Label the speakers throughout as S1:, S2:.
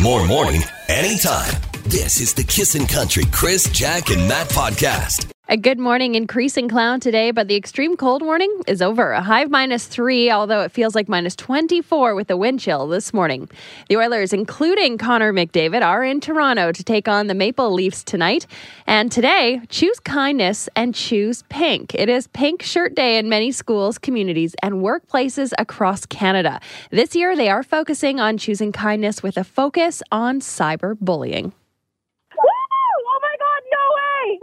S1: More morning, anytime. This is the Kissin' Country Chris, Jack, and Matt podcast.
S2: A good morning, increasing cloud today, but the extreme cold warning is over. A high of minus three, although it feels like minus 24 with a wind chill this morning. The Oilers, including Connor McDavid, are in Toronto to take on the Maple Leafs tonight. And today, choose kindness and choose pink. It is Pink Shirt Day in many schools, communities, and workplaces across Canada. This year, they are focusing on choosing kindness with a focus on cyberbullying.
S3: Oh my God, no way!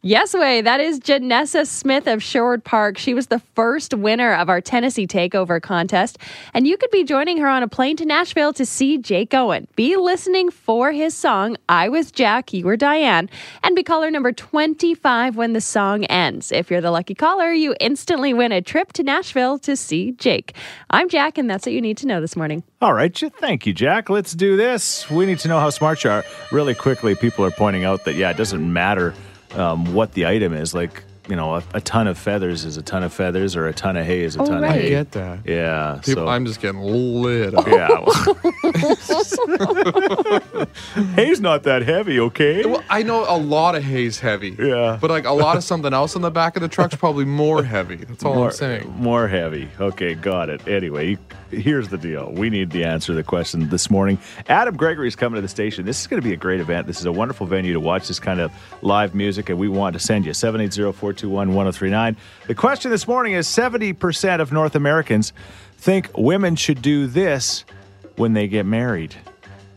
S2: Yes, way. That is Janessa Smith of Sherwood Park. She was the first winner of our Tennessee Takeover contest, and you could be joining her on a plane to Nashville to see Jake Owen. Be listening for his song "I Was Jack, You Were Diane," and be caller number twenty-five when the song ends. If you're the lucky caller, you instantly win a trip to Nashville to see Jake. I'm Jack, and that's what you need to know this morning.
S4: All right, j- thank you, Jack. Let's do this. We need to know how smart you are. Really quickly, people are pointing out that, yeah, it doesn't matter um, what the item is. Like, you know, a, a ton of feathers is a ton of feathers, or a ton of hay is a
S2: Oh,
S4: ton
S2: right.
S4: of hay.
S5: get that.
S4: Yeah.
S5: People,
S4: so,
S5: I'm just getting lit up.
S4: yeah. Hay's not that heavy, okay?
S5: Well, I know a lot of hay's heavy.
S4: Yeah.
S5: But like a lot of something else in the back of the truck's probably more heavy. That's all
S4: more,
S5: I'm saying.
S4: more heavy. Okay, got it. Anyway, here's the deal. We need the answer to the question this morning. Adam Gregory's coming to the station. This is going to be a great event. This is a wonderful venue to watch this kind of live music, and we want to send you 780 421 1039. The question this morning is 70% of North Americans think women should do this when they get married.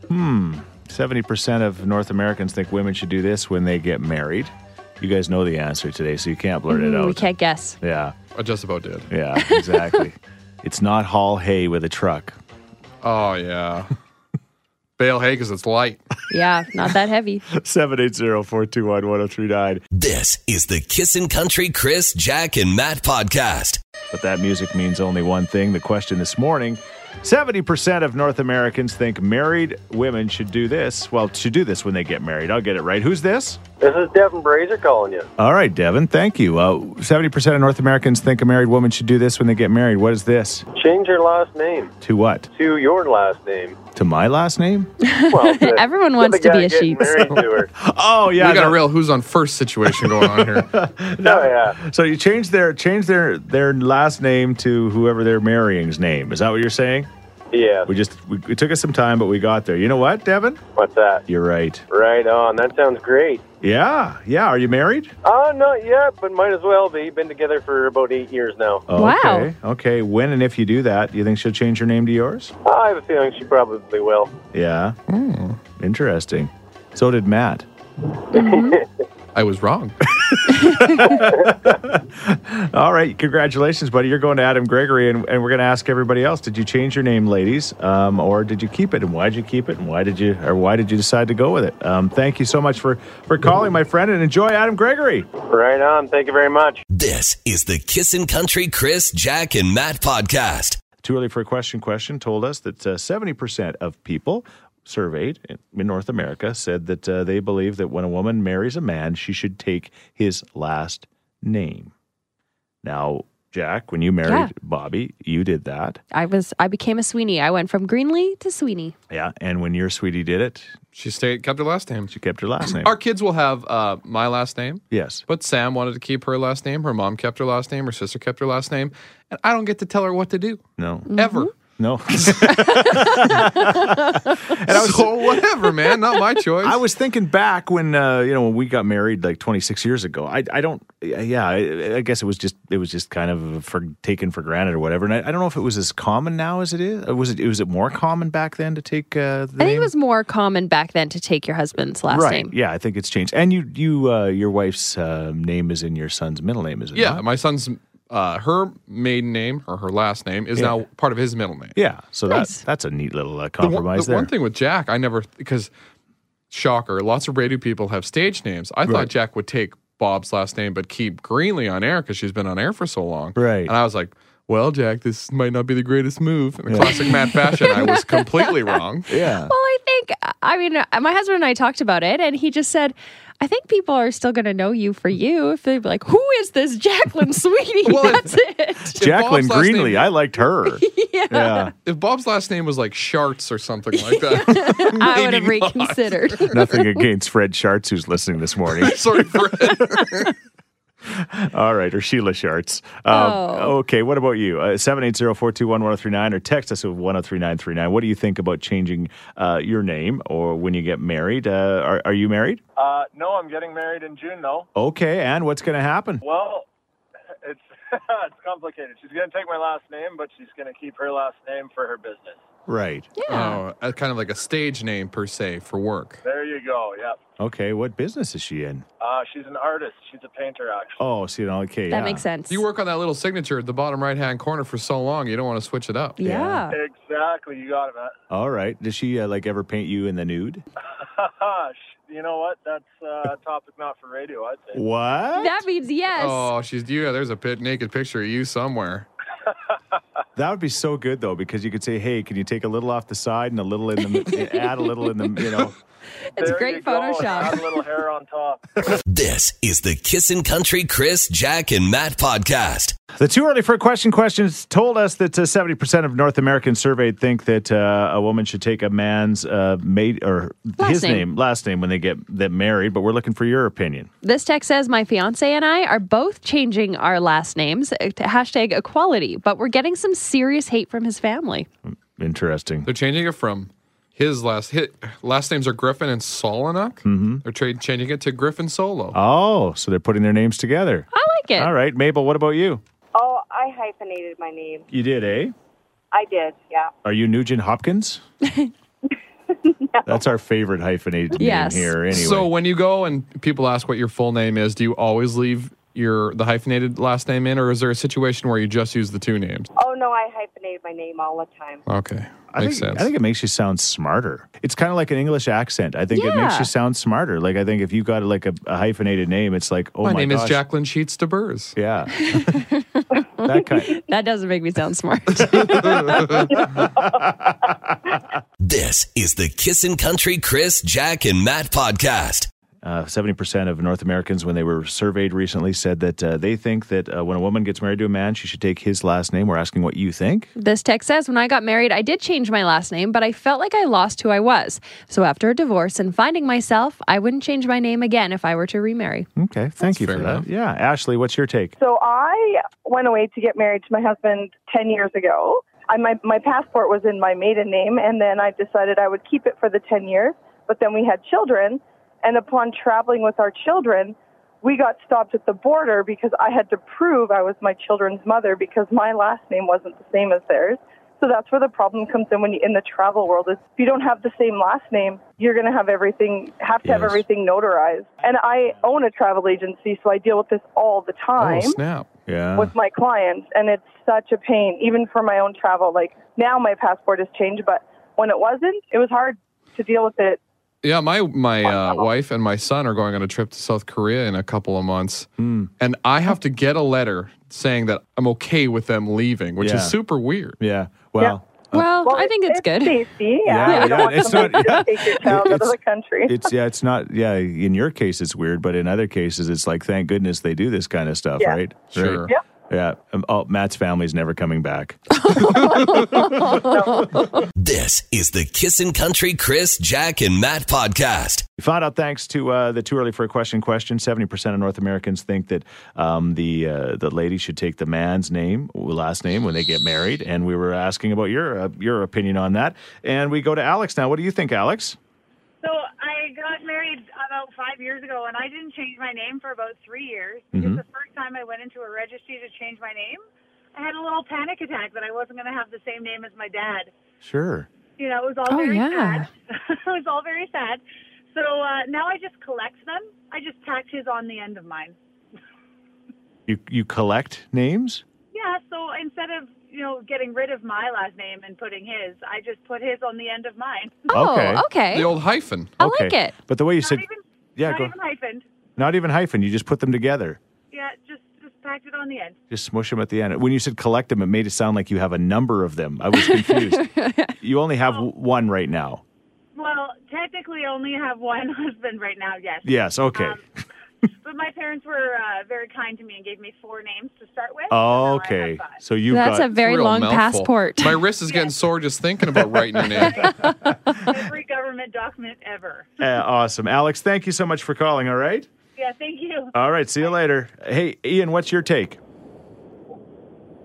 S4: Hmm. 70% of North Americans think women should do this when they get married. You guys know the answer today, so you can't blurt
S5: Mm,
S4: it out.
S2: We can't guess.
S4: Yeah.
S5: I just about did.
S4: Yeah, exactly. it's not haul hay with a truck.
S5: Oh, yeah. Bale hay because it's light.
S2: Yeah, not that heavy.
S4: 780-421-1039.
S1: This is the Kissin' Country Chris, Jack, and Matt podcast.
S4: But that music means only one thing. The question this morning, 70% of North Americans think married women should do this. Well, should do this when they get married. I'll get it right. Who's this?
S6: This is Devin Brazier calling you.
S4: All right, Devin. Thank you. Uh, 70% of North Americans think a married woman should do this when they get married. What is this?
S6: Change your last name
S4: To what?
S6: to your last name.
S4: To my last name?
S6: Well, the-
S2: Everyone
S6: the
S2: wants to
S6: guy
S2: be a
S6: getting
S2: sheep.
S6: married to her.
S4: Oh, yeah.
S5: we got
S4: the-
S5: a real who's on first situation going on here.
S6: No, yeah.
S4: So you change their change their their last name to whoever they're marrying's name. Is that what you're saying?
S6: Yeah.
S4: We just we, it took us some time, but we got there. You know what, Devin?
S6: What's that?
S4: You're right.
S6: Right on. That sounds great.
S4: Yeah, yeah. Are you married?
S6: Oh, not yet, but might as well be. Been together for about eight years now.
S2: Wow.
S4: Oh, Okay. Okay. When and if you do that, you think she'll change her name to yours?
S6: I have a feeling she probably will.
S4: Yeah. Interesting. So did Matt.
S5: I was wrong.
S4: All right. Congratulations, buddy. You're going to Adam Gregory, and, and we're going to ask everybody else: Did you change your name, ladies, um, or did you keep it? And why did you keep it? And why did you or why did you decide to go with it? Um, thank you so much for for calling, my friend, and enjoy Adam Gregory.
S6: Right on. Thank you very much.
S1: This is the Kissin' Country Chris, Jack, and Matt podcast.
S4: Too Early for a Question question told us that uh, 70% of people surveyed in in North America said that uh, they believe that when a woman marries a man, she should take his last name. Now, Jack, when you married
S2: Yeah.
S4: Bobby, you did that.
S2: I was I became a Sweeney. I went from Greenlee to Sweeney.
S4: Yeah. And when your sweetie did it,
S5: She stayed, kept her last name.
S4: she kept her last name.
S5: Our kids will have uh, my last name.
S4: yes.
S5: But Sam wanted to keep her last name. Her mom kept her last name. Her sister kept her last name. And I don't get to tell her what to do
S4: No.
S5: ever.
S4: No.
S5: so whatever, man. Not my choice.
S4: I was thinking back when uh, you know when we got married like 26 years ago. I I don't yeah I, I guess it was just it was just kind of for taken for granted or whatever. And I, I don't know if it was as common now as it is. Or was it was it more common back then to take
S2: I
S4: uh, the
S2: think
S4: name?
S2: it was more common back then to take your husband's last
S4: right.
S2: name.
S4: Yeah, I think it's changed. And you you uh, your wife's uh, name is in your son's middle name, is it?
S5: yeah,
S4: not?
S5: my son's uh, her maiden name or her last name is now part of his middle name.
S4: Yeah. So
S2: Nice.
S4: that that's a neat little uh,
S5: The one-
S4: compromise
S5: the one
S4: there.
S5: thing with Jack, I never because shocker, lots of radio people have stage names. I thought
S4: Right.
S5: Jack would take Bob's last name but keep Greenlee on air because she's been on air for so long.
S4: Right.
S5: And I was like, Uh, well, Jack, this might not be the greatest move in the classic Matt fashion. I was completely wrong.
S2: Oh,
S4: yeah.
S2: Well, I think I mean uh, my husband and I talked about it, and he just said, I think people are still going to know you for you if they're like, who is this Jacqueline Sweeney?
S5: Well,
S2: That's it.
S4: Jacqueline
S5: Bob's last name-
S4: Greenlee. I liked her. yeah.
S5: If Bob's last name was like Sharts or something like that,
S2: I would have
S5: maybe not.
S2: reconsidered.
S4: Nothing against Fred Schartz, who's listening this morning.
S5: Sorry, Fred.
S4: All right, or Sheila Schartz. Um,
S2: Oh.
S4: Okay, what about you? Uh, 780 421 1039 or text us at 103939. What do you think about changing uh, your name or when you get married? Uh, are, are you married?
S6: Uh, no, I'm getting married in June, though.
S4: Okay, and what's going to happen?
S6: Well, it's it's complicated. She's going to take my last name, but she's going to keep her last name for her business.
S4: Right.
S5: Oh, that's kind of like a stage name per se for work.
S6: There you go. Yep.
S4: Okay, what business is she in?
S6: Uh, she's an artist. She's a painter, actually.
S4: Oh, see, okay.
S2: That
S4: yeah.
S2: makes sense.
S5: You work on that little signature at the bottom right hand corner for so long, you don't want to switch it up.
S2: yeah.
S6: Exactly. You got it, man.
S4: All right. Does she uh, like ever paint you in the nude?
S6: Haha, sh- you know what? That's uh, a topic not for radio, I'd say.
S4: What?
S2: That means yes.
S5: Oh, she's yeah. There's a pit naked picture of you somewhere.
S4: That would be so good though, because you could say, "Hey, can you take a little off the side and a little in the add a little in the you know."
S2: it's
S6: There
S2: great
S6: you go, and
S2: Photoshop.
S6: Add a little hair on top.
S1: This is the Kissin' Country Chris, Jack, and Matt podcast.
S4: The too early for a question questions told us that uh, seventy percent of North Americans surveyed think that uh, a woman should take a man's uh, mate or
S2: Last
S4: his
S2: name.
S4: name last name when they get that married. But we're looking for your opinion.
S2: This text says my fiance and I are both changing our last names uh, to hashtag equality, but we're getting some serious hate from his family.
S4: Interesting.
S5: They're changing it from his last hit. Last names are Griffin and Solonuk.
S4: Mm-hmm.
S5: They're tra- changing it to Griffin Solo.
S4: Oh, so they're putting their names together.
S2: I like it.
S4: All right, Mabel. What about you?
S3: Oh, I hyphenated my name.
S4: You did, eh?
S3: I did, yeah.
S4: Are you Nugent Hopkins? That's our favorite hyphenated
S2: Yes.
S4: name here. Anyway,
S5: So when you go and people ask what your full name is, do you always leave your the hyphenated last name in, or is there a situation where you just use the two names?
S3: Oh, no, I hyphenated my name all the time.
S5: Okay,
S4: I
S5: makes
S4: think,
S5: sense.
S4: I think it makes you sound smarter. It's kind of like an English accent. I think it makes
S2: Yeah.
S4: you sound smarter. Like I think if you got like a, a hyphenated name, it's like oh
S5: my,
S4: my,
S5: name
S4: gosh.
S5: is Jacqueline Sheets de Burrs.
S4: Yeah, that kind.
S2: That doesn't make me sound smart.
S1: This is the Kissin' Country Chris, Jack, and Matt podcast.
S4: Uh, Seventy percent of North Americans, when they were surveyed recently, said that uh, they think that uh, when a woman gets married to a man, she should take his last name. We're asking what you think.
S2: This text says When I got married, I did change my last name, but I felt like I lost who I was. So after a divorce and finding myself, I wouldn't change my name again if I were to remarry.
S4: Okay, thank you for
S5: fair enough.
S4: that. Yeah, Ashley, what's your take?
S3: So I went away to get married to my husband 10 years ago. I, my, my passport was in my maiden name, and then I decided I would keep it for the 10 years. But then we had children, and upon traveling with our children, we got stopped at the border because I had to prove I was my children's mother because my last name wasn't the same as theirs. So that's where the problem comes in when you in the travel world is if you don't have the same last name, you're going to have everything have to have
S4: Yes.
S3: everything notarized. And I own a travel agency, so I deal with this all the
S5: Oh
S3: time
S5: snap!
S4: Yeah,
S3: with my clients and it's such a pain even for my own travel like now my passport has changed but when it wasn't it was hard to deal with it
S5: Yeah, my my uh, wife and my son are going on a trip to South Korea in a couple of months,
S4: Hmm.
S5: and I have to get a letter saying that I'm okay with them leaving, which
S4: Yeah.
S5: is super weird.
S4: yeah. Well,
S2: Well,
S3: well
S2: I think it's, good.
S3: safety
S4: Yeah,
S3: yeah, You don't
S4: yeah,
S3: want
S4: it's
S3: somebody
S4: not-
S3: to
S4: yeah.
S3: take your child out of the country
S4: it's yeah, it's not yeah. In your case, it's weird, but in other cases, it's like thank goodness they do this kind of stuff,
S3: Yeah.
S4: right?
S5: Sure.
S4: Right.
S3: Yep.
S4: Yeah. Um, oh, Matt's family's never coming back.
S1: This is the Kissin' Country Chris, Jack, and Matt podcast.
S4: We found out thanks to uh, the too early for a question question. Seventy percent of North Americans think that um, the uh, the lady should take the man's name last name when they get married, and we were asking about your uh, your opinion on that. And we go to Alex now. What do you think, Alex?
S7: So I got married about five years ago, and I didn't change my name for about three years.
S4: Mm-hmm.
S7: It's the first time I went into a registry to change my name. I had a little panic attack that I wasn't going to have the same name as my dad.
S4: Sure.
S7: You know, it was all
S2: Oh,
S7: very
S2: yeah.
S7: sad. it was all very sad. So uh, now I just collect them. I just tack his on the end of mine.
S4: You you collect names.
S7: Yeah. So instead of you know getting rid of my last name and putting his, I just put his on the end of mine.
S2: Oh,
S4: Okay.
S2: okay.
S5: The old hyphen.
S2: I like it.
S4: But the way you
S7: Not
S4: said,
S7: even,
S4: yeah,
S7: not
S4: go-
S7: even hyphened.
S4: not even hyphen. You just put them together.
S7: Yeah, just just tacked it on the end.
S4: Just smush them at the end. When you said collect them, it made it sound like you have a number of them. I was confused. you only have w- one right now.
S7: Well, technically, only have one husband right now. Yes.
S4: Yes, okay.
S7: Um, But my parents were uh, very kind to me and gave me four names to start with.
S4: Oh,
S7: and now I have
S4: okay.
S7: five.
S4: So you've
S2: That's a
S4: got
S2: very
S5: Real
S2: long
S5: mouthful.
S2: passport.
S5: My wrist is getting sore just thinking about writing your name.
S7: Every government document ever.
S4: uh, awesome. Alex, thank you so much for calling, all right?
S7: Yeah, thank you.
S4: All right, see you later. Hey, Ian, what's your take?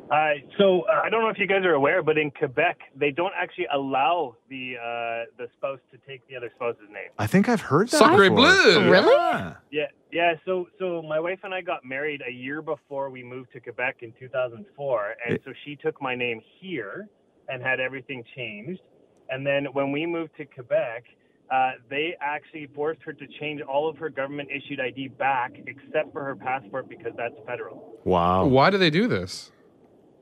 S8: Uh, so uh, I don't know if you guys are aware, but in Quebec, they don't actually allow the uh, the spouse to take the other spouse's name.
S4: I think I've heard that.
S5: Sacre
S4: before. Oh,
S5: bleu.
S2: Really?
S4: Yeah.
S8: Yeah, yeah. So so my wife and I got married a year before we moved to Quebec in 2004, and
S4: It-
S8: so she took my name here and had everything changed. And then when we moved to Quebec, uh, they actually forced her to change all of her government issued ID back, except for her passport because that's federal.
S4: Wow.
S5: Why do they do this?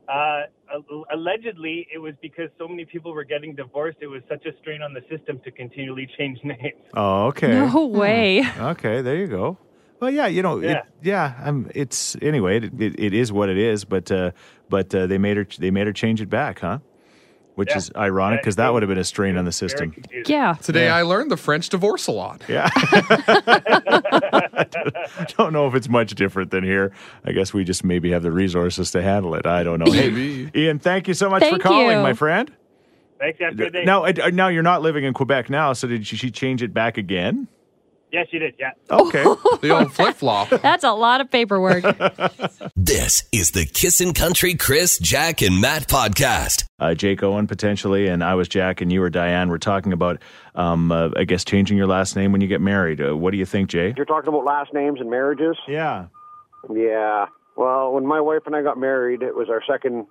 S8: Uh, al- allegedly, it was because so many people were getting divorced. It was such a strain on the system to continually change names.
S4: Oh, okay.
S2: No way.
S4: Okay, there you go. Well, yeah, you know,
S8: Yeah.
S4: it, yeah I'm, it's anyway. It, it, it is what it is, but uh, but uh, they made her they made her change it back, huh? Which
S8: Yeah.
S4: is ironic because that would have been a strain on the
S8: Very
S4: system.
S8: confusing.
S2: Yeah.
S5: Today I learned the French divorce a lot.
S4: Yeah, don't know if it's much different than here. I guess we just maybe have the resources to handle it. I don't know. Hey,
S5: Maybe.
S4: Ian, thank you so much for
S2: Thank
S4: calling,
S2: you.
S4: my friend.
S8: Thanks. Have a good day.
S4: Now, uh, now you're not living in Quebec now, so did she, she change it back again?
S8: Yes, you did. Yeah.
S4: Okay.
S5: The old flip flop.
S2: That's a lot of paperwork.
S1: This is the Kissin' Country Chris, Jack, and Matt podcast.
S4: uh, Jake Owen potentially, and I was Jack, and you were Diane. We're talking about, um, uh, I guess, changing your last name when you get married. Uh, what do you think, Jay?
S9: You're talking about last names and marriages?
S4: Yeah.
S9: Yeah. Well, when my wife and I got married, it was our second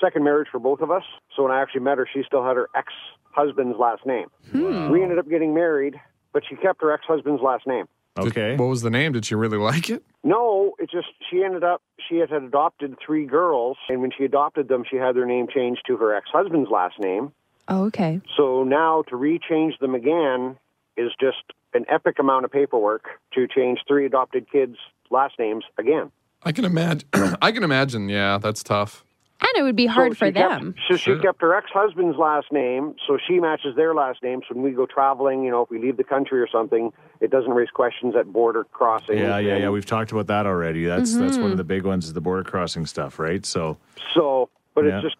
S9: second marriage for both of us. So when I actually met her, she still had her ex husband's last name.
S5: Hmm.
S9: We ended up getting married, but she kept her ex husband's last name.
S4: Okay.
S5: What was the name? Did she really like it?
S9: No, it's just she ended up she had, had adopted three girls, and when she adopted them, she had their name changed to her ex husband's last name.
S2: oh, okay.
S9: So now to rechange them again is just an epic amount of paperwork to change three adopted kids' last names again.
S5: I can imagine. I can imagine. Yeah, that's tough.
S2: And it would be hard
S9: So
S2: for
S9: she kept-
S2: them.
S9: so
S5: Sure.
S9: she kept her ex-husband's last name, so she matches their last name. So when we go traveling, you know, if we leave the country or something, it doesn't raise questions at border crossings.
S4: Yeah, yeah, yeah.
S9: And
S4: We've talked about that already. That's that's one of the big ones is the border crossing stuff, right? So
S9: Mm-hmm. So, but
S4: Yeah.
S9: it's just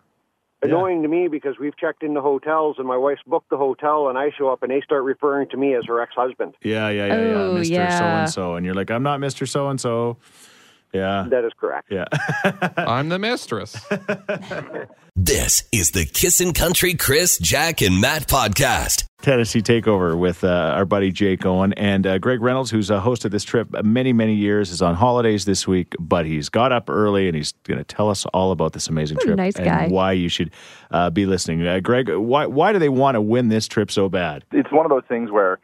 S9: annoying to me because we've checked into hotels and my wife's booked the hotel, and I show up and they start referring to me as her ex-husband.
S4: yeah, yeah, yeah, yeah.
S2: Oh,
S4: Mr. So
S2: yeah.
S4: and so, and you're like, I'm not Mr. So and so. Yeah,
S9: That is correct.
S4: yeah.
S5: I'm the mistress.
S1: This is the Kissin' Country Chris, Jack, and Matt podcast.
S4: Tennessee Takeover with uh, our buddy Jake Owen and uh, Greg Reynolds, who's uh, hosted this trip many, many years, is on holidays this week, but he's got up early and he's going to tell us all about this amazing
S2: What a
S4: trip
S2: nice
S4: and
S2: guy.
S4: why you should uh, be listening. Uh, Greg, why why do they want to win this trip so bad?
S6: it's one of those things where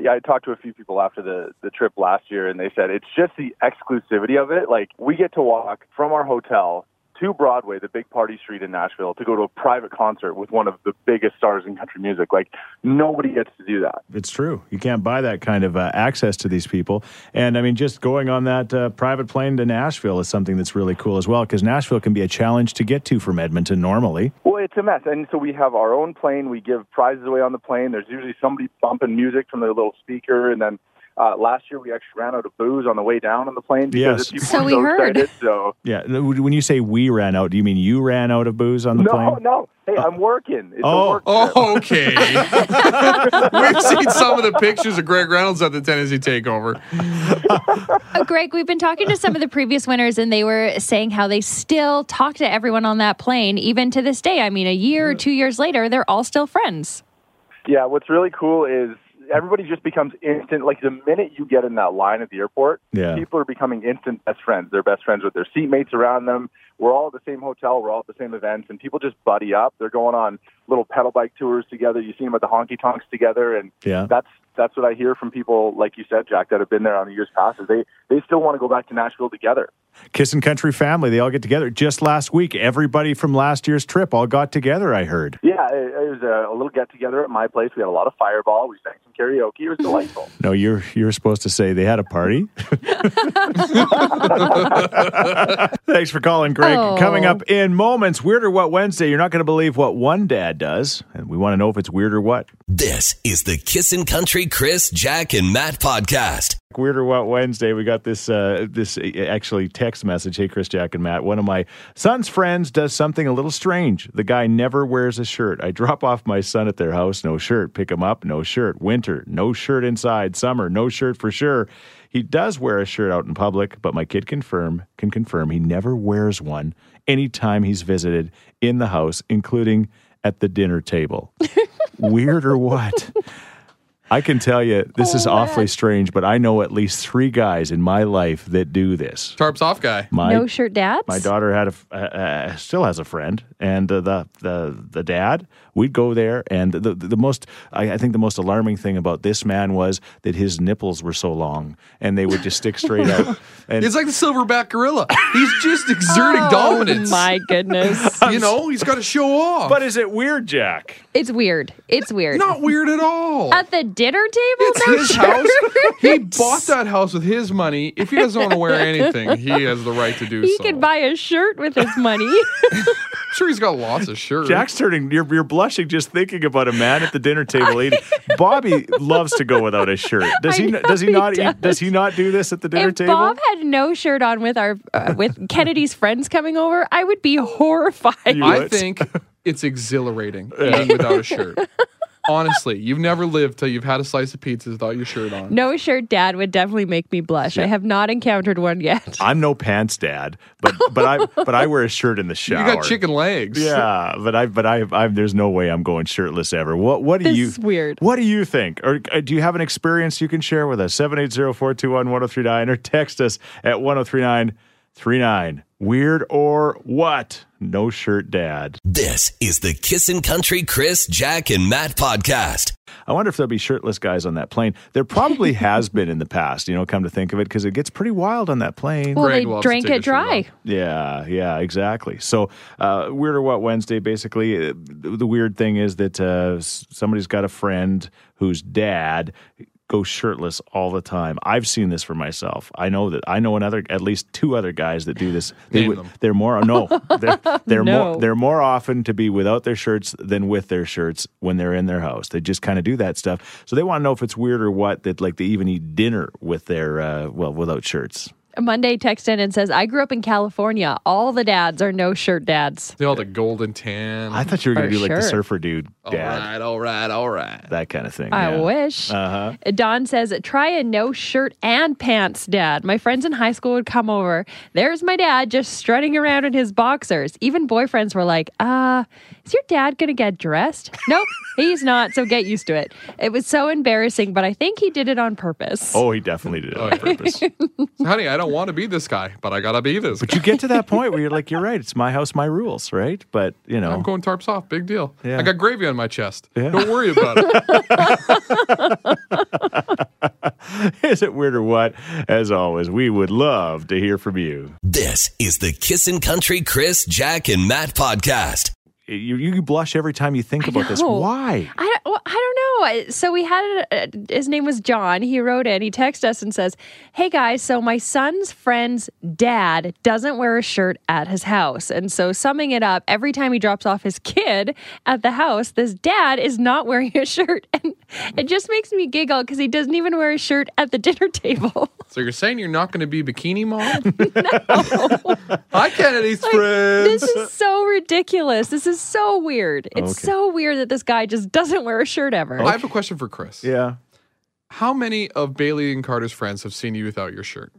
S6: yeah, I talked to a few people after the, the trip last year, and they said it's just the exclusivity of it. Like, we get to walk from our hotel to Broadway, the big party street in Nashville, to go to a private concert with one of the biggest stars in country music. Like, nobody gets to do that.
S4: It's true. You can't buy that kind of uh, access to these people. And I mean, just going on that uh, private plane to Nashville is something that's really cool as well, because Nashville can be a challenge to get to from Edmonton normally.
S6: Well, it's a mess. And so we have our own plane. We give prizes away on the plane. There's usually somebody bumping music from their little speaker. And then uh, last year we actually ran out of booze on the way down on the plane
S4: Yes.
S6: because the people
S2: So
S6: were
S2: we
S6: so
S2: heard.
S6: excited. So
S4: Yeah. When you say we ran out, do you mean you ran out of booze on the
S6: no,
S4: plane?
S6: no. Hey, I'm working. It's
S4: Oh.
S6: a work trip.
S5: Oh, okay. We've seen some of the pictures of Greg Reynolds at the Tennessee Takeover.
S2: Uh, Greg, we've been talking to some of the previous winners, and they were saying how they still talk to everyone on that plane, even to this day. I mean, a year or two years later, they're all still friends.
S6: Yeah, what's really cool is everybody just becomes instant. Like the minute you get in that line at the airport,
S4: Yeah.
S6: people are becoming instant best friends. They're best friends with their seatmates around them. We're all at the same hotel. We're all at the same events, and people just buddy up. They're going on little pedal bike tours together. You see them at the honky tonks together, and
S4: Yeah.
S6: that's that's what I hear from people, like you said, Jack, that have been there on the years past. Is they they still want to go back to Nashville together.
S4: Kissin' Country family, they all get together. Just last week, everybody from last year's trip all got together, I heard.
S6: Yeah, it, it was a, a little get together at my place. We had a lot of fireball. We sang some karaoke. It was delightful.
S4: No, you're you're supposed to say they had a party. Thanks for calling, Greg. break.
S2: Oh.
S4: Coming up in moments, Weird or What Wednesday. You're not going to believe what one dad does, and we want to know if it's weird or what.
S1: This is the Kissin' Country Chris, Jack, and Matt podcast.
S4: Weird or What Wednesday, we got this uh, this uh, actually text message. Hey, Chris, Jack, and Matt. One of my son's friends does something a little strange. The guy never wears a shirt. I drop off my son at their house, no shirt. Pick him up, no shirt. Winter, no shirt inside. Summer, no shirt for sure. He does wear a shirt out in public, but my kid confirm can confirm he never wears one anytime he's visited in the house, including at the dinner table. Weird or what? I can tell you this is awfully strange, but I know at least three guys in my life that do this.
S5: Tarps off guy.
S4: My
S2: no shirt dads?
S4: my daughter had a f- uh, uh, still has a friend, and uh, the the the dad. We'd go there, and the the, the most I, I think the most alarming thing about this man was that his nipples were so long, and they would just stick straight out. And
S5: It's like the silverback gorilla. He's just exerting
S2: Oh
S5: dominance.
S2: My goodness.
S5: You know, he's got to show off.
S4: but is it weird, Jack?
S2: it's weird. It's weird.
S5: not weird at all.
S2: At the dinner table?
S5: It's
S2: no
S5: his
S2: shirt?
S5: house. He bought that house with his money. If he doesn't want to wear anything, he has the right to do
S2: He
S5: so.
S2: could buy a shirt with his money.
S5: I'm sure he's got lots of shirts.
S4: Jack's turning. You're, you're blushing just thinking about a man at the dinner table eating. Bobby loves to go without a shirt. Does
S2: I
S4: he?
S2: know
S4: Does he
S2: he
S4: not?
S2: does.
S4: Eat, does he not do this at the dinner
S2: if
S4: table?
S2: Bob had no shirt on with our uh, with Kennedy's friends coming over, I would be horrified.
S4: You-
S5: I
S4: would.
S5: think it's exhilarating eating without a shirt. Honestly, you've never lived till you've had a slice of pizza without your shirt on.
S2: no shirt dad would definitely make me blush. I have not encountered one yet.
S4: I'm no pants dad, but but I but I wear a shirt in the
S5: you
S4: shower.
S5: got chicken legs.
S4: Yeah, but I but I I there's no way I'm going shirtless ever. What what do
S2: This
S4: you
S2: is weird.
S4: What do you think? Or uh, do you have an experience you can share with us? 780-421-1039 or text us at 103939. Weird or what? No shirt dad.
S1: This is the Kissin' Country Chris, Jack, and Matt podcast.
S4: I wonder if there'll be shirtless guys on that plane. There probably has been in the past, you know, come to think of it because it gets pretty wild on that plane.
S2: Well,
S5: Greg
S2: they
S5: loves to
S2: drank
S5: take
S2: it
S5: a shirt
S2: dry.
S5: off.
S4: Yeah, yeah, exactly. So, uh, Weird or What Wednesday, basically, uh, the, the weird thing is that uh, s- somebody's got a friend whose dad goes shirtless all the time. I've seen this for myself. I know that I know another, at least two other guys that do this. They
S5: Name
S4: would-
S5: them.
S4: They're more no, they're, they're
S2: No.
S4: more they're more often to be without their shirts than with their shirts when they're in their house. They just kind of do that stuff. So they want to know if it's weird or what that like they even eat dinner with their uh, well without shirts.
S2: Monday texts in and says, I grew up in California. All the dads are no shirt dads.
S5: They all the golden tan.
S4: I thought you were going
S2: For
S4: to do like the
S2: sure.
S4: surfer dude
S5: all
S4: dad.
S5: right, all right, all right.
S4: that kind of thing.
S2: I wish.
S4: Uh
S2: Don says, try a no shirt and pants dad. My friends in high school would come over. There's my dad just strutting around in his boxers. Even boyfriends were like, uh, is your dad going to get dressed? nope, he's not. So get used to it. It was so embarrassing, but I think he did it on purpose.
S4: Oh, he definitely did it on purpose.
S5: Honey, I don't want to be this guy, but I gotta be this.
S4: but
S5: guy.
S4: you get to that point where you're like, you're right. It's my house, my rules, right? But you know,
S5: I'm going tarps off. Big deal.
S4: Yeah.
S5: I got gravy on my chest.
S4: Yeah.
S5: Don't worry about it.
S4: is it weird or what? As always, we would love to hear from you.
S1: This is the Kissin' Country Chris, Jack, and Matt podcast.
S4: You, you blush every time you think about this.
S2: know.
S4: Why?
S2: I don't, well, I don't know. So we had uh, his name was John. He wrote in. He texted us and says, "Hey guys, so my son's friend's dad doesn't wear a shirt at his house, and so summing it up, every time he drops off his kid at the house, this dad is not wearing a shirt, and it just makes me giggle because he doesn't even wear a shirt at the dinner table.
S5: So you're saying you're not gonna be bikini mom? Hi, Kennedy's friends.
S2: this is so ridiculous. This is so weird. It's
S4: Okay.
S2: so weird that this guy just doesn't wear a shirt ever.
S5: I have a question for Chris.
S4: Yeah,
S5: How many of Bailey and Carter's friends have seen you without your shirt?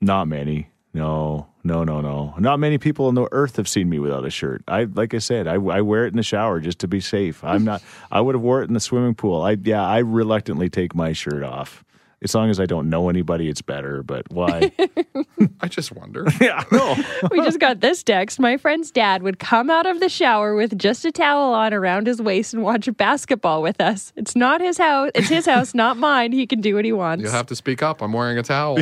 S4: not many. No, no, no, no. Not many people on the earth have seen me without a shirt. I, like I said, I, I wear it in the shower just to be safe. I'm not. I would have wore it in the swimming pool. I, yeah, I reluctantly take my shirt off. As long as I don't know anybody, it's better. But why?
S5: I just wonder.
S4: yeah, no.
S2: we just got this text. My friend's dad would come out of the shower with just a towel on around his waist and watch basketball with us. It's not his house. It's his house, not mine. He can do what he wants.
S5: You'll have to speak up. I'm wearing a towel.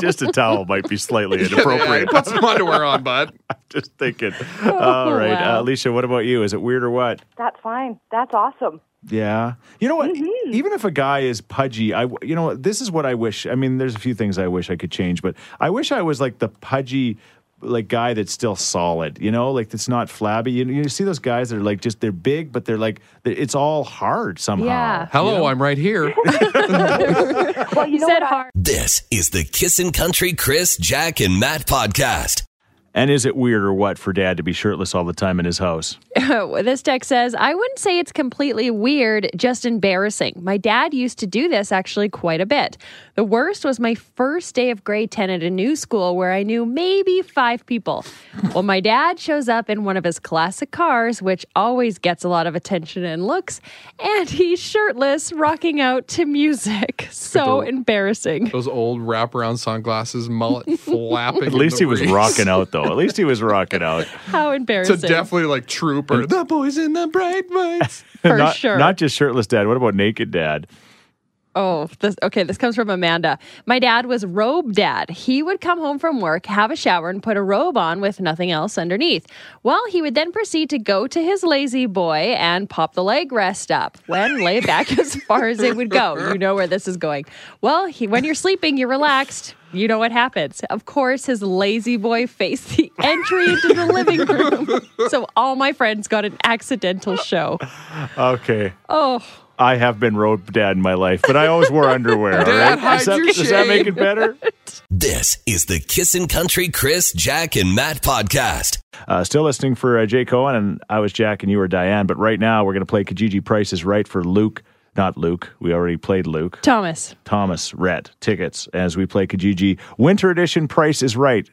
S4: just a towel might be slightly
S5: Yeah,
S4: inappropriate.
S5: Put some underwear on, bud.
S4: just thinking. All right,
S2: wow.
S4: uh, Alicia, what about you? Is it weird or what?
S3: That's fine. That's awesome.
S4: Yeah. You know what? E-,
S2: Mm-hmm.
S4: Even if a guy is pudgy, I you know what? this is what I wish. I mean, there's a few things I wish I could change, but I wish I was like the pudgy like guy that's still solid, you know, like that's not flabby. You, you see those guys that are like just they're big, but they're like they're, it's all hard somehow.
S2: Yeah.
S5: Hello, I'm right here.
S3: Well, you
S2: You
S3: know
S2: said
S3: what I-
S2: hard.
S1: This is the Kissin' Country Chris, Jack, and Matt podcast.
S4: And is it weird or what for dad to be shirtless all the time in his house?
S2: this text says, I wouldn't say it's completely weird, just embarrassing. My dad used to do this actually quite a bit. The worst was my first day of grade 10 at a new school where I knew maybe five people. well, my dad shows up in one of his classic cars, which always gets a lot of attention and looks, and he's shirtless, rocking out to music. So embarrassing.
S5: Those old wraparound sunglasses, mullet flapping.
S4: At least he was rocking out though. At least he was rocking out.
S2: How embarrassing.
S5: It's a definitely like trooper. the boys in the bright lights.
S2: for
S4: not,
S2: sure.
S4: Not just shirtless dad. What about naked dad?
S2: Oh, this, okay. This comes from Amanda. My dad was robe dad. He would come home from work, have a shower, and put a robe on with nothing else underneath. Well, he would then proceed to go to his lazy boy and pop the leg rest up. When lay back as far as it would go. You know where this is going. Well, he, when you're sleeping, you're relaxed. You know what happens. Of course, his lazy boy faced the entry into the living room. So all my friends got an accidental show.
S4: Okay.
S2: Oh,
S4: I have been road dad in my life, but I always wore underwear. all
S5: Dad,
S4: right?
S5: hide
S4: Does that-
S5: your
S4: does that make
S5: shame.
S4: it better?
S1: This is the Kissin' Country Chris, Jack, and Matt podcast.
S4: Uh, still listening for uh, Jay Cohen, and I was Jack, and you were Diane. But right now, we're going to play Kijiji Price is Right for Luke. Not Luke. We already played Luke.
S2: Thomas.
S4: Thomas Rhett tickets as we play Kijiji Winter Edition Price is Right.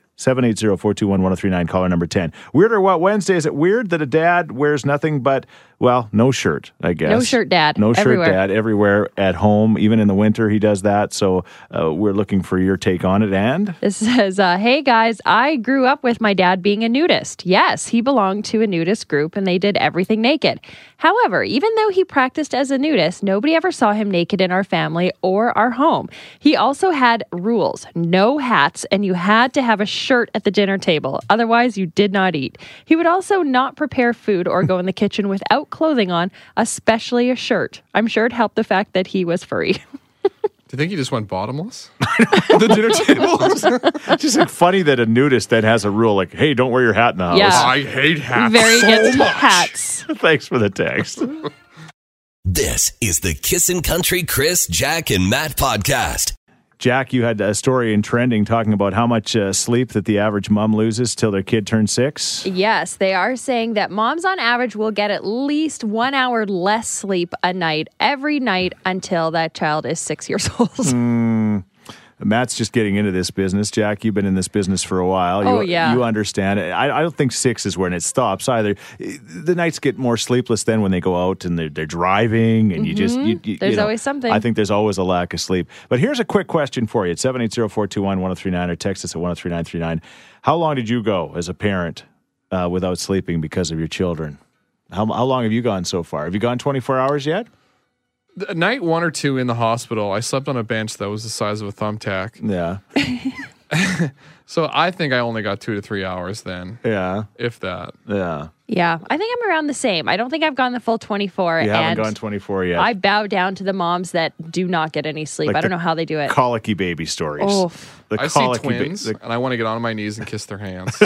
S4: 780-421-1039, caller number 10. Weird or What Wednesday, is it weird that a dad wears nothing but, well, no shirt, I guess.
S2: shirt dad,
S4: No shirt
S2: everywhere.
S4: dad everywhere at home. Even in the winter, he does that. So uh, we're looking for your take on it. And
S2: This says, uh, Hey guys, I grew up with my dad being a nudist. Yes, he belonged to a nudist group and they did everything naked. However, even though he practiced as a nudist, nobody ever saw him naked in our family or our home. He also had rules no hats, and you had to have a shirt at the dinner table. Otherwise, you did not eat. He would also not prepare food or go in the kitchen without clothing on, especially a shirt. I'm sure it helped the fact that he was furry.
S5: Do you think he just went bottomless? the dinner table.
S4: it's just like funny that a nudist then has a rule like, hey, don't wear your hat in the house.
S2: Yeah.
S5: I hate hats
S2: Very
S5: so
S2: against
S5: much.
S2: hats.
S4: Thanks for the text.
S1: This is the Kissin' Country Chris, Jack, and Matt podcast.
S4: Jack, you had a story in trending talking about how much uh, sleep that the average mom loses till their kid turns six.
S2: Yes, they are saying that moms on average will get at least one hour less sleep a night every night until that child is six years old.
S4: Hmm. Matt's just getting into this business. Jack, you've been in this business for a while.
S2: Oh,
S4: you,
S2: yeah.
S4: You understand it. I, I don't think six is when it stops either. The nights get more sleepless then when they go out and they're, they're driving and you just. You, you-
S2: Mm-hmm. There's
S4: you know,
S2: always something.
S4: I think there's always a lack of sleep. But here's a quick question for you at 780 421 1039 or text us at 103939. How long did you go as a parent uh, without sleeping because of your children? How, how long have you gone so far? Have you gone 24 hours yet?
S5: Th- Night one or two in the hospital, I slept on a bench that was the size of a thumbtack.
S4: Yeah.
S5: So I think I only got two to three hours then,
S4: Yeah.
S5: if that.
S4: Yeah.
S2: yeah, I think I'm around the same. I don't think I've gone the full 24.
S4: You haven't
S2: and
S4: gone 24 yet.
S2: I bow down to the moms that do not get any sleep.
S4: Like
S2: I don't
S4: the
S2: know how they do it.
S4: colicky baby stories.
S2: Oh.
S4: The
S5: I see
S4: ba-
S5: twins,
S4: the-
S5: and I want to get on my knees and kiss their hands.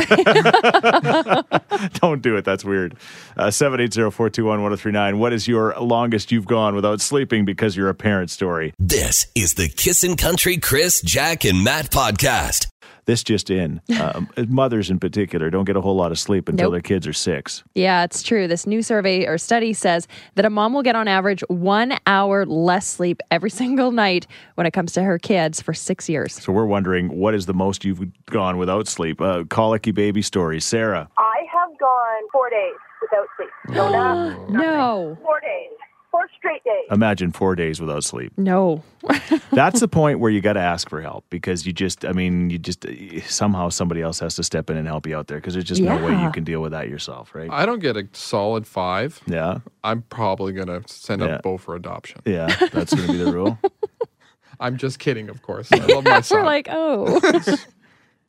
S4: don't do it. That's weird. Uh, Seven eight zero four two one one zero three nine. What is your longest you've gone without sleeping because you're a parent story?
S1: This is the Kissin' Country Chris, Jack, and Matt podcast.
S4: This just in. Um, mothers in particular don't get a whole lot of sleep until
S2: Nope.
S4: their kids are six.
S2: Yeah, it's true. This new survey or study says that a mom will get on average one hour less sleep every single night when it comes to her kids for six years.
S4: So we're wondering what is the most you've gone without sleep? Uh, colicky baby stories. Sarah.
S10: I have gone four days without sleep. No nap,
S2: No,
S10: four days, four straight days.
S4: Imagine four days without sleep.
S2: no.
S4: That's the point where you got to ask for help because you just, I mean, you just somehow somebody else has to step in and help you out there because there's just no way
S2: Yeah.
S4: you can deal with that yourself, right?
S5: I don't get a solid five.
S4: yeah.
S5: I'm probably gonna send
S4: Yeah.
S5: up Bo for adoption.
S4: Yeah, that's going to be the rule.
S5: I'm just kidding, of course. I love my son.
S2: We're like, oh.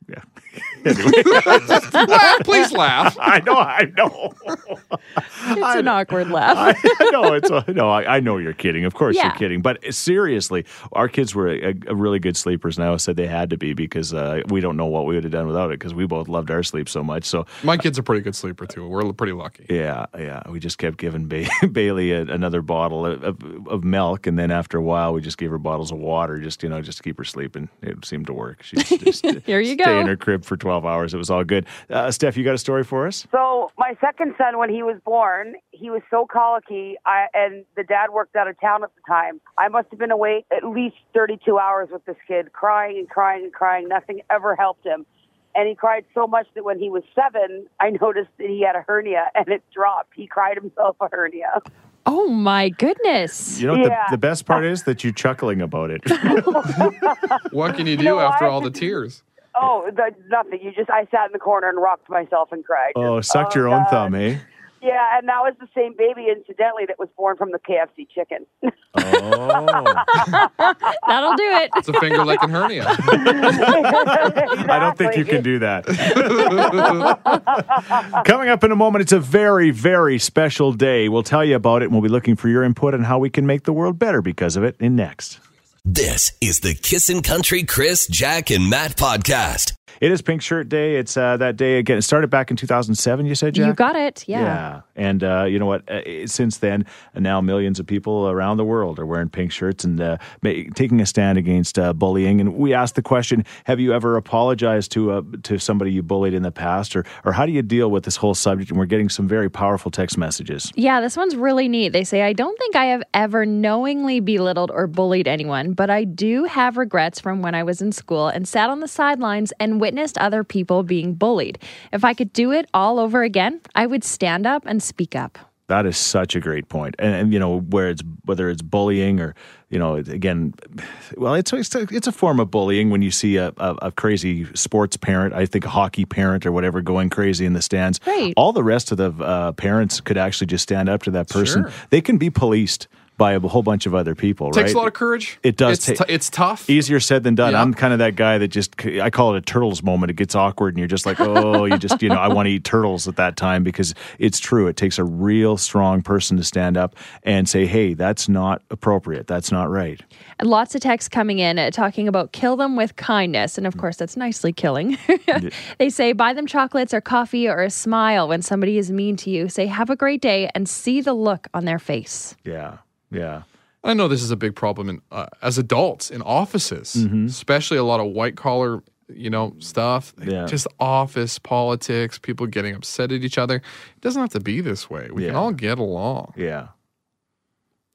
S4: Yeah,
S5: Laugh, please laugh.
S4: I know, I know.
S2: It's an awkward laugh.
S4: I know it's a, no. I, I know you're kidding. Of course
S2: Yeah.
S4: you're kidding. But seriously, our kids were a, a really good sleepers, and I always said they had to be because uh, we don't know what we would have done without it because we both loved our sleep so much. So
S5: My kid's a pretty good sleeper too. We're pretty lucky.
S4: yeah, yeah. We just kept giving ba- Bailey a, another bottle of, of, of milk, and then after a while, we just gave her bottles of water, just you know, just to keep her sleeping. It seemed to work. She just
S2: Here you
S4: stay in
S2: go.
S4: her crib for twelve hours. It was all good. Uh, Steph, you got a story for us?
S10: So my second son, when he was born, he was so colicky, I, and the dad worked out of town at the time. I must have been awake at least 32 hours with this kid, crying and crying and crying. Nothing ever helped him, and he cried so much that when he was seven, I noticed that he had a hernia and it dropped. He cried himself a hernia.
S2: Oh my goodness.
S4: You know, what
S10: Yeah.
S4: the, the best part is that you're chuckling about it.
S5: What can you do
S10: know
S5: after
S10: what?
S5: all the tears?
S10: Oh, the, nothing. You just I sat in the corner and rocked myself and cried.
S4: oh, sucked your own thumb, eh?
S10: Yeah, and that was the same baby, incidentally, that was born from the KFC chicken.
S4: Oh.
S2: That'll do it.
S5: It's a finger licking hernia.
S4: I don't think you can do that. Coming up in a moment, it's a very, very special day. We'll tell you about it, and we'll be looking for your input on how we can make the world better because of it in next.
S1: This is the Kissin' Country Chris, Jack, and Matt podcast.
S4: It is Pink Shirt Day. It's uh, that day again. It started back in 2007, you said, Jack?
S2: You got it. Yeah.
S4: And uh, you know what? Uh, since then, now millions of people around the world are wearing pink shirts and uh, ma- taking a stand against uh, bullying. And we asked the question Have you ever apologized to uh, to somebody you bullied in the past? Or, or how do you deal with this whole subject? And we're getting some very powerful text messages.
S2: Yeah, this one's really neat. They say, I don't think I have ever knowingly belittled or bullied anyone, but I do have regrets from when I was in school and sat on the sidelines and witnessed other people being bullied. If I could do it all over again, I would stand up and speak up.
S4: That is such a great point, and, and you know where it's whether it's bullying or you know it- again, well, it's it's a, it's a form of bullying when you see a, a, a crazy sports parent, I think a hockey parent or whatever, going crazy in the stands.
S2: Right.
S4: All the rest of the uh, parents could actually just stand up to that person. They can be policed by a whole bunch of other people.
S5: Takes
S4: right?
S5: a lot of courage.
S4: It does
S5: It's,
S4: take-
S5: t- it's tough.
S4: easier said than done.
S5: Yeah.
S4: I'm kind of that guy that just I call it a turtles moment. It gets awkward, and you're just like, oh, you just you know, I want to eat turtles at that time because it's true. It takes a real strong person to stand up and say, hey, that's not appropriate. That's not right.
S2: And lots of texts coming in uh, talking about kill them with kindness. And of course, that's nicely killing. they say buy them chocolates or coffee or a smile when somebody is mean to you. Say have a great day and see the look on their face.
S4: Yeah, yeah.
S5: I know this is a big problem in uh, as adults in offices,
S4: Mm-hmm.
S5: especially a lot of white collar, you know, stuff.
S4: Yeah.
S5: Just office politics, people getting upset at each other. It doesn't have to be this way. We can
S4: Yeah.
S5: all get along.
S4: Yeah.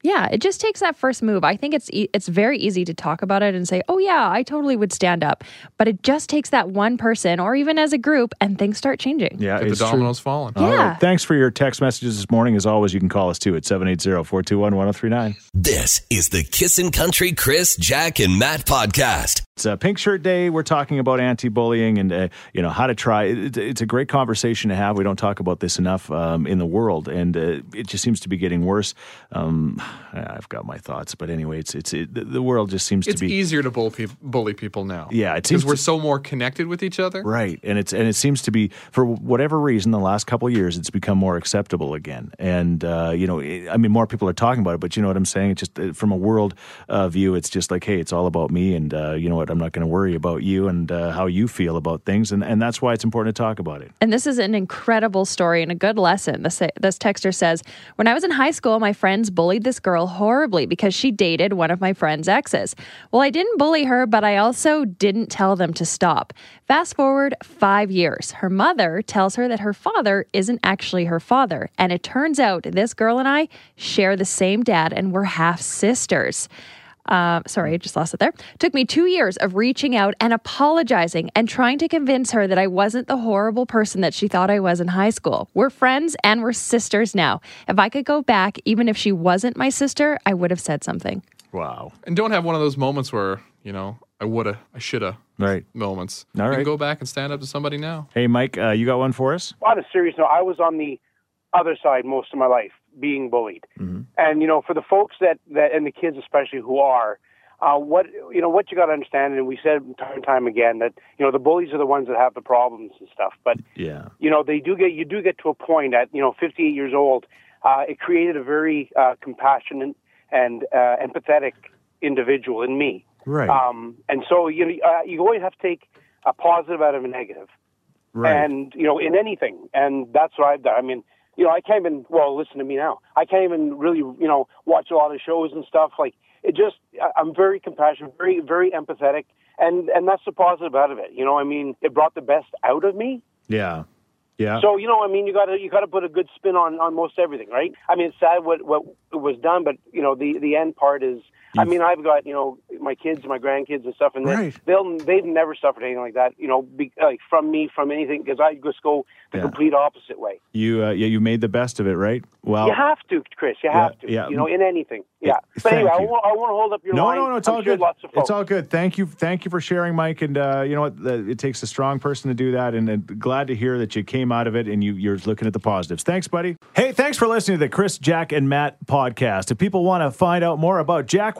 S2: Yeah, it just takes that first move. I think it's e- it's very easy to talk about it and say, "Oh yeah, I totally would stand up," but it just takes that one person, or even as a group, and things start changing.
S4: Yeah.
S5: Get the
S4: it's true.
S5: dominoes falling.
S4: All
S2: Yeah.
S4: Thanks for your text messages this morning. As always, you can call us too at 780 421 1039.
S1: This is the Kissin' Country Chris, Jack, and Matt podcast.
S4: It's uh, Pink Shirt Day. We're talking about anti-bullying and uh, you know how to try. It, it- it's a great conversation to have. We don't talk about this enough um, in the world, and uh, it just seems to be getting worse. Um, I've got my thoughts, but anyway, it's it's it, the- the world just seems
S5: It's
S4: to be
S5: easier to bully, peop bully people now.
S4: Yeah, it seems
S5: because we're
S4: to-
S5: so more connected with each other.
S4: Right, and it's and it seems to be for whatever reason the last couple of years it's become more acceptable again, and uh, you know it, I mean more people are talking about it, but you know what I'm saying? It's just uh, from a world uh, view, it's just like hey, it's all about me, and uh, you know what? I'm not going to worry about you and uh, how you feel about things, and and that's why it's important to talk about it.
S2: And this is an incredible story and a good lesson. This, this texter says When I was in high school, my friends bullied this girl horribly because she dated one of my friend's exes. Well, I didn't bully her, but I also didn't tell them to stop. Fast forward five years. Her mother tells her that her father isn't actually her father. And it turns out this girl and I share the same dad and we're half sisters. Uh, sorry, I just lost it there. Took me two years of reaching out and apologizing and trying to convince her that I wasn't the horrible person that she thought I was in high school. We're friends and we're sisters now. If I could go back, even if she wasn't my sister, I would have said something.
S4: Wow.
S5: And don't have one of those moments where you know I woulda, I shoulda
S4: Right.
S5: moments.
S4: All
S5: you
S4: right.
S5: can go back and stand up to somebody now.
S4: Hey, Mike, uh, you got one for us?
S9: on a serious note, I was on the other side most of my
S4: Mm-hmm.
S9: life, being bullied. And you know, for the folks that that and the kids especially who are,
S11: uh, what you know what you got to understand, and we said time and time again that you know the bullies are the ones that have the problems and stuff. But
S4: Yeah.
S11: you know they do get you do get to a point at you know 58 years old. Uh, it created a very uh, compassionate and uh, empathetic individual in me.
S4: Right.
S11: Um, and so you know, uh, you always have to take a positive out of a negative
S4: Right.
S11: and you know in anything and that's what i've done i mean you know i can't even well listen to me now i can't even really you know watch a lot of shows and stuff like it just I- i'm very compassionate very very empathetic and and that's the positive out of it you know i mean it brought the best out of me
S4: yeah. Yeah.
S11: so you know i mean you gotta you gotta put a good spin on on most everything right i mean it's sad what what was done but you know the the end part is I mean, I've got you know my kids, my grandkids, and stuff, and they,
S4: Right.
S11: they'll they've never suffered anything like that, you know, be, like from me, from anything, because I just go the
S4: Yeah.
S11: complete opposite way.
S4: you uh, yeah you made the best of it, right? Well,
S11: You have to, Chris. You
S4: Yeah,
S11: have to.
S4: yeah.
S11: You know, in anything.
S4: Yeah,
S11: Yeah. But anyway, I
S4: thank you.
S11: won't, I won't hold up your
S4: no,
S11: line.
S4: no, no, it's
S11: I'm
S4: all
S11: sure
S4: good.
S11: Lots of folks.
S4: It's all good. Thank you, thank you for sharing, Mike. And uh, you know what? The, it takes a strong person to do that. And uh, glad to hear that you came out of it and you, you're looking at the positives. Thanks, buddy. Hey, thanks for listening to the Chris, Jack, and Matt podcast. If people want to find out more about Jack,